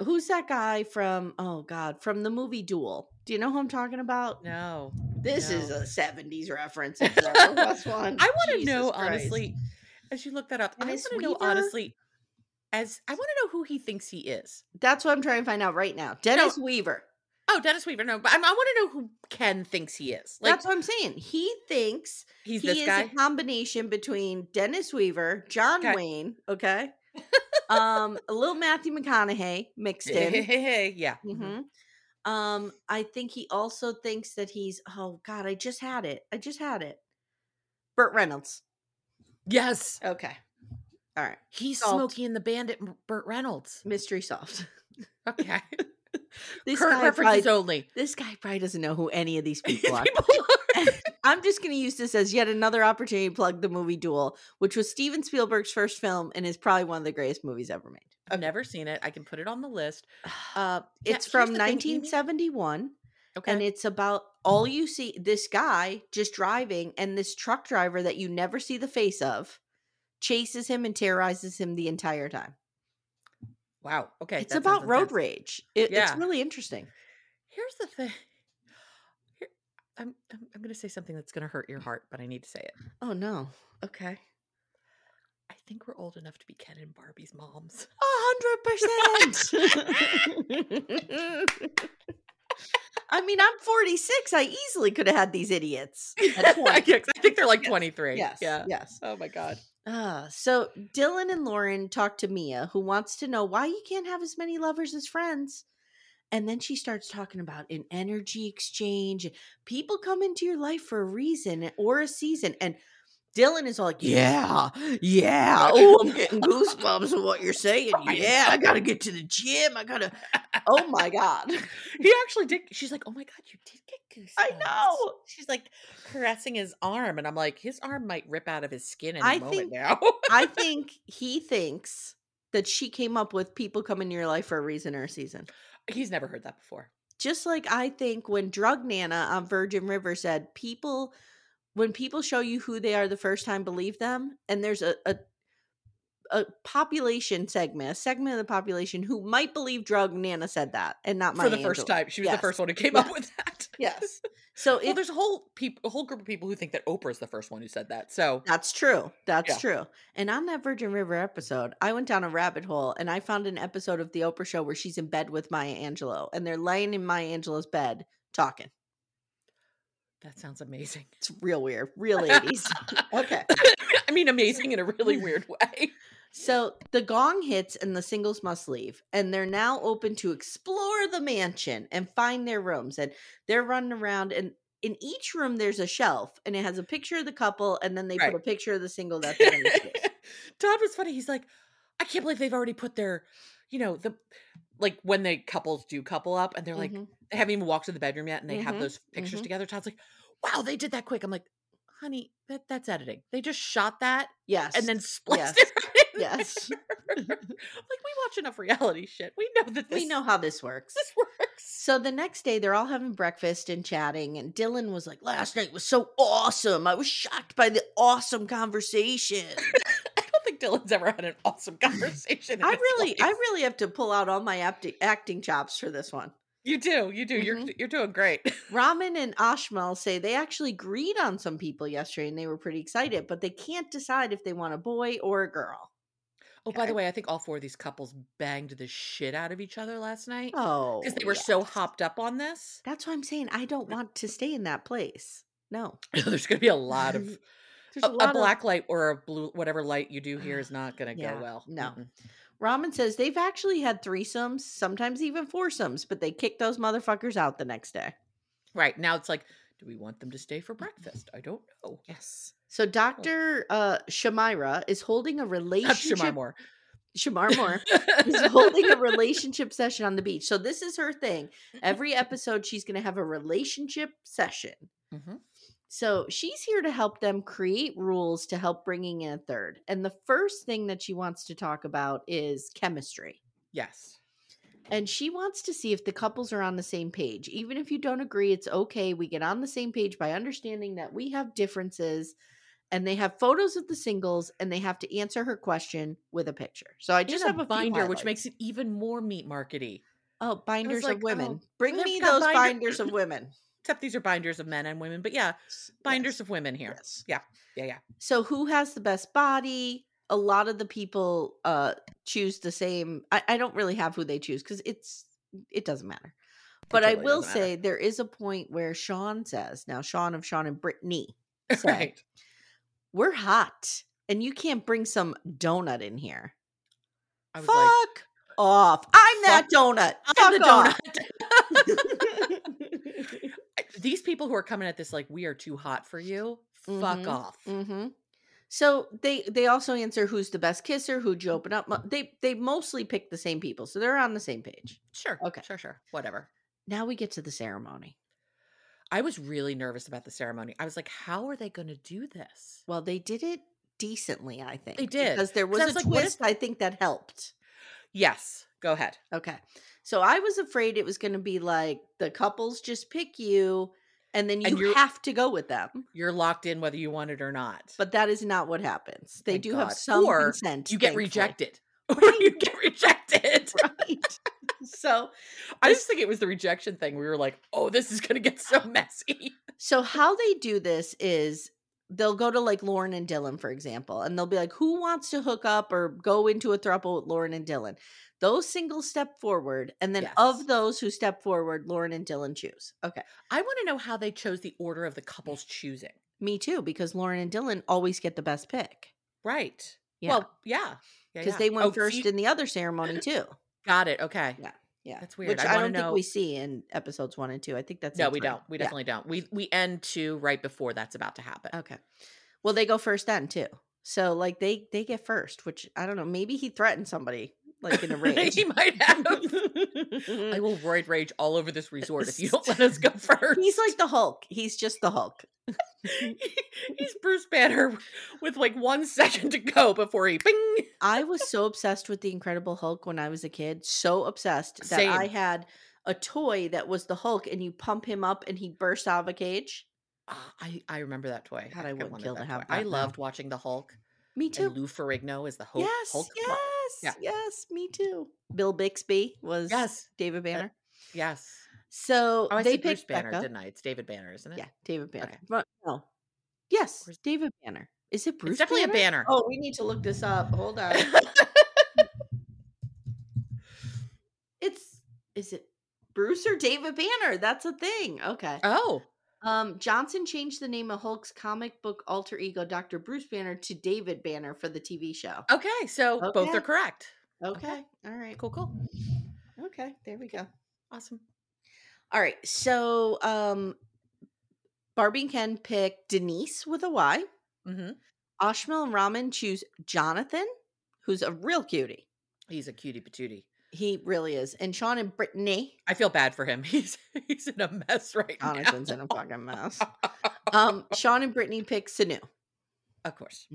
Who's that guy from, oh God, from the movie Duel? Do you know who I'm talking about?
No,
This is
no.
a 70s reference. if there ever was one.
I want to
Jesus
know
Christ.
honestly, as you look that up, I want
Dennis
to know
Weaver?
honestly, as I want to know who he thinks he is.
That's what I'm trying to find out right now. Dennis Weaver.
Oh, Dennis Weaver. No, but I, I want to know who Ken thinks he is. Like
That's what I'm saying. He thinks
he's
he
this
is a
guy.
combination between Dennis Weaver, John
Okay.
Wayne, okay, um, a little Matthew McConaughey mixed in.
yeah. Mm-hmm.
Mhm. Um, I think he also thinks that he's oh god, I just had it, I just had it. Burt Reynolds.
Yes,
Okay, all right,
he's
Solved.
Smokey and the Bandit, M- Burt Reynolds.
mystery solved.
Okay,
This
current
guy,
references
probably,
only.
this guy probably doesn't know who any of these people are.
People are-
I'm just going to use this as yet another opportunity to plug the movie Duel, which was Steven Spielberg's first film and is probably one of the greatest movies ever made.
I've never seen it. I can put it on the list.
Uh,
Uh, yeah,
it's
here's
from
the thing, Amy.
1971,
Okay,
and it's about all you see this guy just driving, and this truck driver that you never see the face of chases him and terrorizes him the entire time.
Wow. Okay.
it's
that sounds
about road
intense.
rage. It,
Yeah.
It's really interesting.
Here's the thing. Here, I'm I'm, I'm going to say something that's going to hurt your heart, but I need to say it.
Oh no. Okay.
I think we're old enough to be Ken and Barbie's moms.
A hundred percent. I mean, I'm 46. I easily could have had these idiots at 20.
Yeah, 'cause I think they're like
Yes,
23.
Yes.
Yeah.
Yes.
Oh my god.
Uh, so Dylan and Lauren talk to Mia, who wants to know why you can't have as many lovers as friends. And then she starts talking about an energy exchange. and People come into your life for a reason or a season. And Dylan is all like, Yeah, yeah. Oh, I'm getting goosebumps on what you're saying. Yeah, I got to get to the gym. I got to. Oh my God.
He actually did. She's like, "Oh my god, you did get goosebumps."
I know.
She's like caressing his arm, and I'm like, "His arm might rip out of his skin any
I
moment
think-
now."
I think he thinks that she came up with people come into your life for a reason or a season.
He's never heard that before.
just like I think when Drug Nana on Virgin River said, people, when people show you who they are the first time, believe them. And there's a, a, a population segment, a segment of the population who might believe Drug Nana said that and not my
For the
Angelou.
first time, she was
Yes.
the first one who came
Yes.
up with that.
Yes. So
well,
if
there's a whole peop- a whole group of people who think that Oprah's the first one who said that. So
That's true. That's
Yeah.
true. And on that Virgin River episode, I went down a rabbit hole and I found an episode of The Oprah Show where she's in bed with Maya Angelou and they're laying in Maya Angelou's bed talking.
that sounds amazing.
It's real weird, real 80s. okay.
I mean, amazing in a really weird way.
So the gong hits and the singles must leave, and they're now open to explore the mansion and find their rooms. And they're running around, and in each room there's a shelf, and it has a picture of the couple, and then they
Right.
put a picture of the single that they're going to choose.
Todd was funny. He's like, I can't believe they've already put their, you know, the like when they couples do couple up and they're like,
Mhm.
they haven't even walked to the bedroom yet and they have
Mhm,
those pictures
mhm.
together. Todd's like, wow, they did that quick. I'm like, honey, that, that's editing. They just shot that
yes,
and then spliced
yes,
it. Right in
yes.
there." I'm like we watch enough reality shit. We know that this,
we know how this works.
this works.
So the next day, they're all having breakfast and chatting. And Dylan was like, Last night was so awesome. I was shocked by the awesome conversation.
I don't think Dylan's ever had an awesome conversation. in
I
his
really, I
life.
really have to pull out all my acti- acting chops for this one.
you do, you do. You're
Mm-hmm.
you're doing great.
Raman and Ashmal say they actually agreed on some people yesterday and they were pretty excited, but they can't decide if they want a boy or a girl.
Oh, by
Okay.
the way, I think all four of these couples banged the shit out of each other last night
Oh,
because they were
yeah.
so hopped up on this.
That's why I'm saying I don't want to stay in that place. No,
There's going to be a lot of
There's
a,
a lot
a
of-
black light or a blue whatever light you do here is not going to
Yeah,
go well.
no.
Mm-mm.
Raman says they've actually had threesomes, sometimes even foursomes, but they kick those motherfuckers out the next day.
Right now, it's like, do we want them to stay for breakfast? I don't know.
Yes.
Oh.
So Dr. Uh, Shamira is holding a
Not
relationship.
Shamar Moore.
Shamar Moore. is holding a relationship session on the beach. So this is her thing. Every episode she's going to have a relationship session.
Mhm.
So she's here to help them create rules to help bringing in a third. And the first thing that she wants to talk about is chemistry.
Yes.
And she wants to see if the couples are on the same page. Even if you don't agree, it's okay. We get on the same page by understanding that we have differences and they have photos of the singles and they have to answer her question with a picture. So I just
And
have a few
binder, which
highlights.
makes it even more meat markety.
Oh, binders
like,
of
oh,
women. Bring
they've
me
got
those
binder-
binders of women.
Except these are binders of men and women, but yeah, binders
Yes.
of women here.
Yes.
Yeah, yeah, yeah.
So who has the best body? A lot of the people uh choose the same. I, I don't really have who they choose because it's it doesn't matter. But I
totally
will
doesn't matter.
say there is a point where Sean says, now Sean of Sean and Brittany, say,
Right.
we're hot and you can't bring some donut in here.
I was
Fuck
like,
off. I'm that donut.
I'm
Fuck
the
off.
donut. I- These people who are coming at this like we are too hot for you, fuck
Mhm.
off.
Mm-hmm. So they they also answer who's the best kisser, who'd you open up. mo- They they mostly pick the same people, so they're on the same page.
Sure.
Okay.
Sure. Sure. Whatever.
Now we get to the ceremony.
I was really nervous about the ceremony. I was like, how are they going to do this?
Well, they did it decently, I think.
did,
because there
'cause
was
I
a
was like, what if-
twist. I think that helped.
Yes. Go ahead.
Okay, so I was afraid it was going to be like the couples just pick you, and then
And
you
you're-
have to go with them.
You're locked in whether you want it or not.
But that is not what happens. They
Thank
do have
God.
some
Or
consent.
you get
thankfully.
rejected. or you get rejected.
Right. so
I just think it was the rejection thing. We were like, oh, this is going to get so messy.
So how they do this is they'll go to like Lauren and Dylan, for example, and they'll be like, who wants to hook up or go into a throuple with Lauren and Dylan? Those singles step forward, and then
Yes.
of those who step forward, Lauren and Dylan choose. Okay.
I want to know how they chose the order of the couples choosing.
Me too, because Lauren and Dylan always get the best pick.
Right.
Yeah.
Well, yeah. Yeah,
Because
yeah.
they went
Oh, so
first
you-
in the other ceremony too.
Got it. Okay.
Yeah. Yeah.
That's weird.
Which
I
I,
wanna
don't think we
know-
see in episodes one and two. I think that's
No,
in
we
three.
don't. We
Yeah. Oh,
definitely don't. We we end two right before that's about to happen.
Okay. Well, they go first then too. So like they they get first, which I don't know. Maybe he threatened somebody like in a rage.
he might have. I will roid rage all over this resort if you don't let us go first.
He's like the Hulk. He's just the Hulk.
he's Bruce Banner with like one second to go before he bing.
I was so obsessed with the Incredible Hulk when I was a kid. So obsessed that I
Same.
had a toy that was the Hulk, and you pump him up, and he bursts out of a cage.
Ah, I I remember that toy.
God, I
think
would
wanted
kill to
that
have
toy. I
that now.
loved watching the Hulk.
Me too.
And Lou Ferrigno is the Hulk.
yes,
Hulk. Mo-
yes,
Yeah.
yes. Me too. Bill Bixby was
Yes.
David Banner.
Yes.
So
Oh, I
they
said Bruce
picked
Banner,
Becca.
didn't I? It's David Banner, isn't it?
Yeah, David Banner.
Okay.
But no. Yes,
Where's-
David Banner. Is it Bruce?
it's definitely a banner.
Oh, we need to look this up. Hold on. it's is it Bruce or David Banner? That's a thing. Okay.
oh.
Um, Johnson changed the name of Hulk's comic book alter ego, Dr. Bruce Banner, to David Banner for the TV show.
Okay. So both
Okay.
are correct.
Okay. All right.
Oh, Cool, cool.
Okay. There we go.
Awesome.
All right. So um Barbie and Ken pick Denise with a Y.
hmm
Ashmil and Raman choose Jonathan, who's a real cutie.
He's a cutie patootie.
He really is. And Sean and Brittany.
I feel bad for him. He's he's in a mess right
Jonathan's
now.
Oh, in a fucking mess. Um, Sean and Brittany pick Sanu.
of course.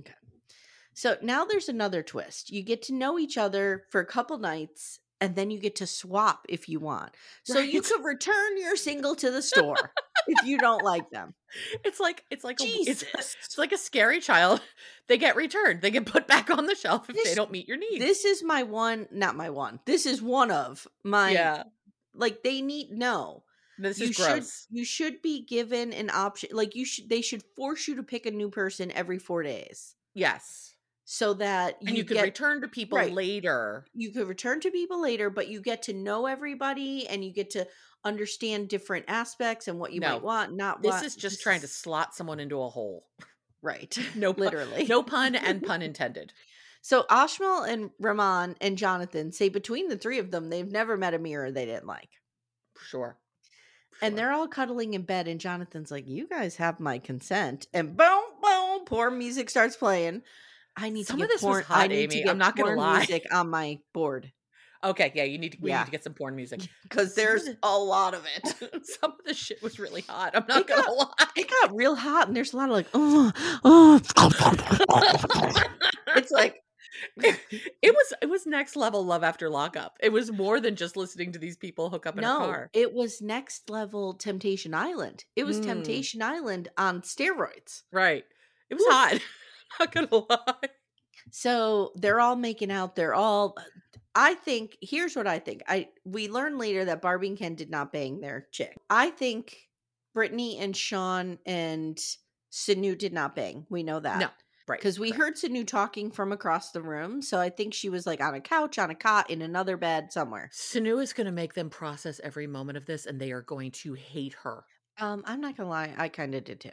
So now there's another twist. You get to know each other for a couple nights, and then you get to swap if you want. So you
Right.
could return your single to the store if you don't like them.
It's like it's like a, it's,
Jesus.
it's like a scary child. They get returned. They get put back on the shelf if
This-
they don't meet your needs.
This is my one, not my one. This is one of my
yeah.
like they need no.
This
you
is gross.
should you should be given an option like you should they should force you to pick a new person every four days
Yes.
so that you,
And you, can
get
return to people
right.
later.
you could return to people later but you get to know everybody and you get to understand different aspects and what you
No.
might want not
This
want.
is just trying to slot someone into a hole.
right
No pun-
literally
No pun and pun intended.
so ashmal and rahman and jonathan say between the three of them they've never met a mirror they didn't like
Sure.
and
Sure.
they're all cuddling in bed and jonathan's like you guys have my consent and boom boom poor music starts playing i need
Some
to
of
get
this was
porn, I
hot,
need to
Amy.
get
I'm not gonna
porn
lie.
music on my board
Okay, yeah, you need to, we
Yeah.
need to get some porn music.
because
Some of
there's
the-
a lot of it
some of the shit was really hot. I'm not
It
gonna
it got real hot and there's a lot of like oh, oh.
lie.
it's like
it, it was it was next level love after lockup. It was more than just listening to these people hook up in a
no
car.
it was next level temptation island it was
Mm.
temptation island on steroids
Right. It was
Woo.
hot. Not gonna lie.
So they're all making out. They're all. uh, I think here's what I think. I we learn later that Barbie and Ken did not bang their chick. I think Brittany and Sean and Sanu did not bang. We know that.
No, Right.
Because we
right.
heard Sanu talking from across the room. So I think she was like on a couch, on a cot, in another bed somewhere.
Sanu is gonna make them process every moment of this and they are going to hate her.
Um, I'm not gonna lie, I kind of did too.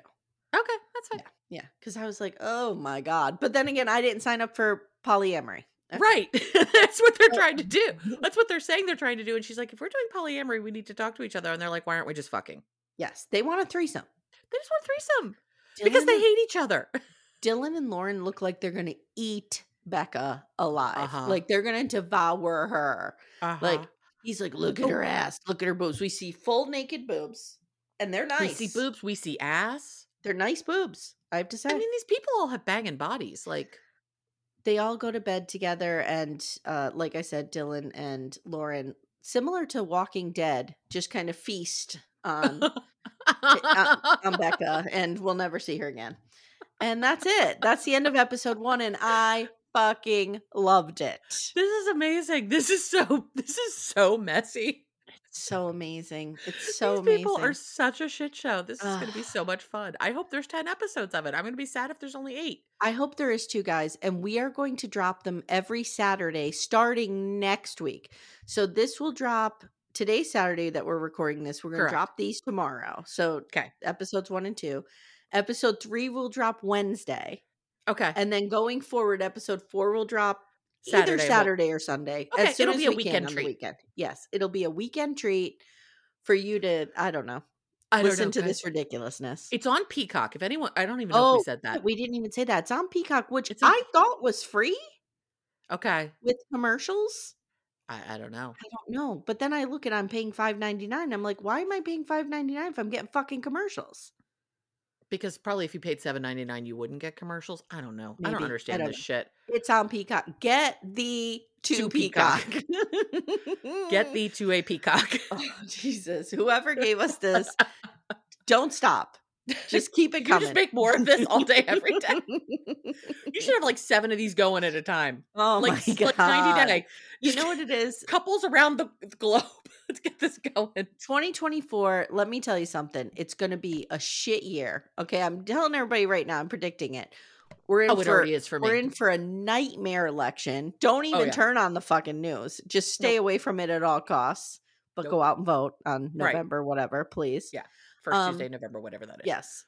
Okay, that's fine.
Yeah. Because I was like, oh my God. But then again, I didn't sign up for polyamory. Okay.
Right. that's what they're
Uh,
trying to do. That's what they're saying they're trying to do. And she's like, if we're doing polyamory, we need to talk to each other. And they're like, why aren't we just fucking?
Yes. They want a threesome.
They just want a threesome. because
Dylan
they
and-
hate each other.
Dylan and Lauren look like they're gonna eat Becca alive.
Uh-huh.
Like they're gonna devour her.
Like
Like he's like, look at her
Oh.
ass, look at her boobs. We see full naked boobs, and they're nice.
we see boobs, we see ass.
They're nice boobs. I have to say,
I mean, these people all have banging bodies. Like
they all go to bed together, and uh, like I said, Dylan and Lauren, similar to Walking Dead, just kind of feast on on Becca, and we'll never see her again. And that's it. That's the end of episode one, and I fucking loved it.
This is amazing. This is so this is so messy.
It's so amazing. It's so
These
amazing.
people are such a shit show. This is going
Ugh.
to be so much fun. I hope there's 10 episodes of it. I'm going to be sad if there's only 8.
I hope there is two guys, and we are going to drop them every Saturday starting next week. So this will drop today's Saturday that we're recording this. We're going to
Correct.
drop these tomorrow. So
'Kay.
episodes one and two. Episode three will drop Wednesday,
Okay.
and then going forward, episode four will drop
Saturday
either
will-
Saturday or Sunday.
Okay,
as soon
it'll
as
be a
we can
weekend
on the
treat.
Weekend. Yes, it'll be a weekend treat for you to. I don't know.
I don't
listen
know,
to
guys.
this ridiculousness.
It's on Peacock. If anyone I don't even know if we
Oh,
said
Yeah,
that.
We didn't even say that. It's on Peacock, which
It's on
I thought was free
okay.
with commercials.
I, I don't know.
I don't know. But then I look and I'm paying five ninety nine. I'm like, why am I paying five ninety nine if I'm getting fucking commercials?
Because probably if you paid 7.99 you wouldn't get commercials. I don't know. I
Maybe.
don't
I
understand
don't
this
know.
shit.
It's on Peacock. Get the to,
To
Peacock.
Peacock. Get thee to a Peacock.
oh, Jesus. Whoever gave us this, don't stop. Just keep it
you
coming.
just make more of this all day every day. You should have like 7 of these going at a time.
oh
like,
my god.
like 90 day.
You know what it is?
couples around the the globe. Let's get this going.
2024, let me tell you something. It's going to be a shit year. Okay. I'm telling everybody right now, I'm predicting it. We're in,
Oh, it
for,
already is for
we're
me. Oh,
in for a nightmare election. Don't even
yeah.
turn on the fucking news. Just stay away from it at all costs, but go out and vote on
Right.
November, whatever, please.
Yeah. First
Um,
Tuesday, November, whatever that is.
Yes.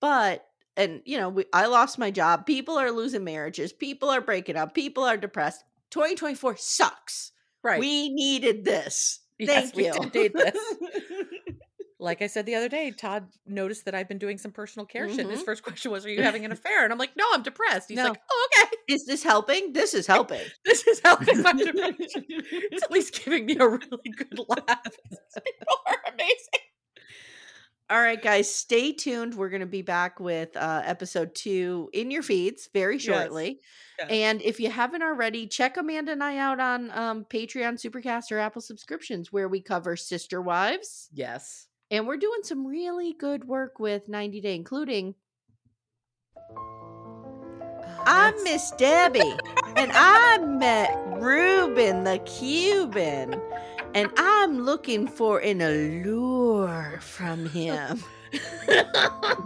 But, and you know, we, I lost my job. People are losing marriages. People are breaking up. People are depressed. 2024 sucks.
Right.
We needed this.
Yes,
Thank
we
you.
did need this. like I said the other day, Todd noticed that I've been doing some personal care shit. And his
Mhm.
first question was, Are you having an affair? And I'm like, No, I'm depressed. He's
No.
like, Oh, okay.
Is this helping? This is helping.
This is helping my depression. it's at least giving me a really good laugh. These people are amazing.
All right, guys, stay tuned. We're going to be back with uh, episode two in your feeds very
Yes.
shortly.
Yes.
And if you haven't already, check Amanda and I out on um, Patreon, Supercast, or Apple subscriptions, where we cover sister wives.
Yes.
And we're doing some really good work with 90 Day, including I'm Miss Debbie, and I met Ruben the Cuban, and I'm looking for an allure from him.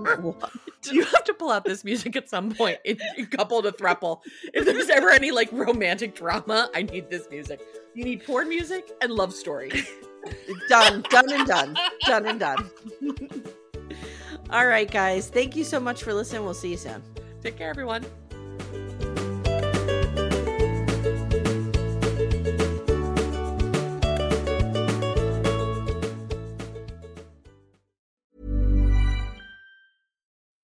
You have to pull out this music at some point in, in couple to thruple. If there's ever any like romantic drama, I need this music. You need porn music and love story.
done, done, and done, done, and done. All right, guys, thank you so much for listening. We'll see you soon.
Take care, everyone.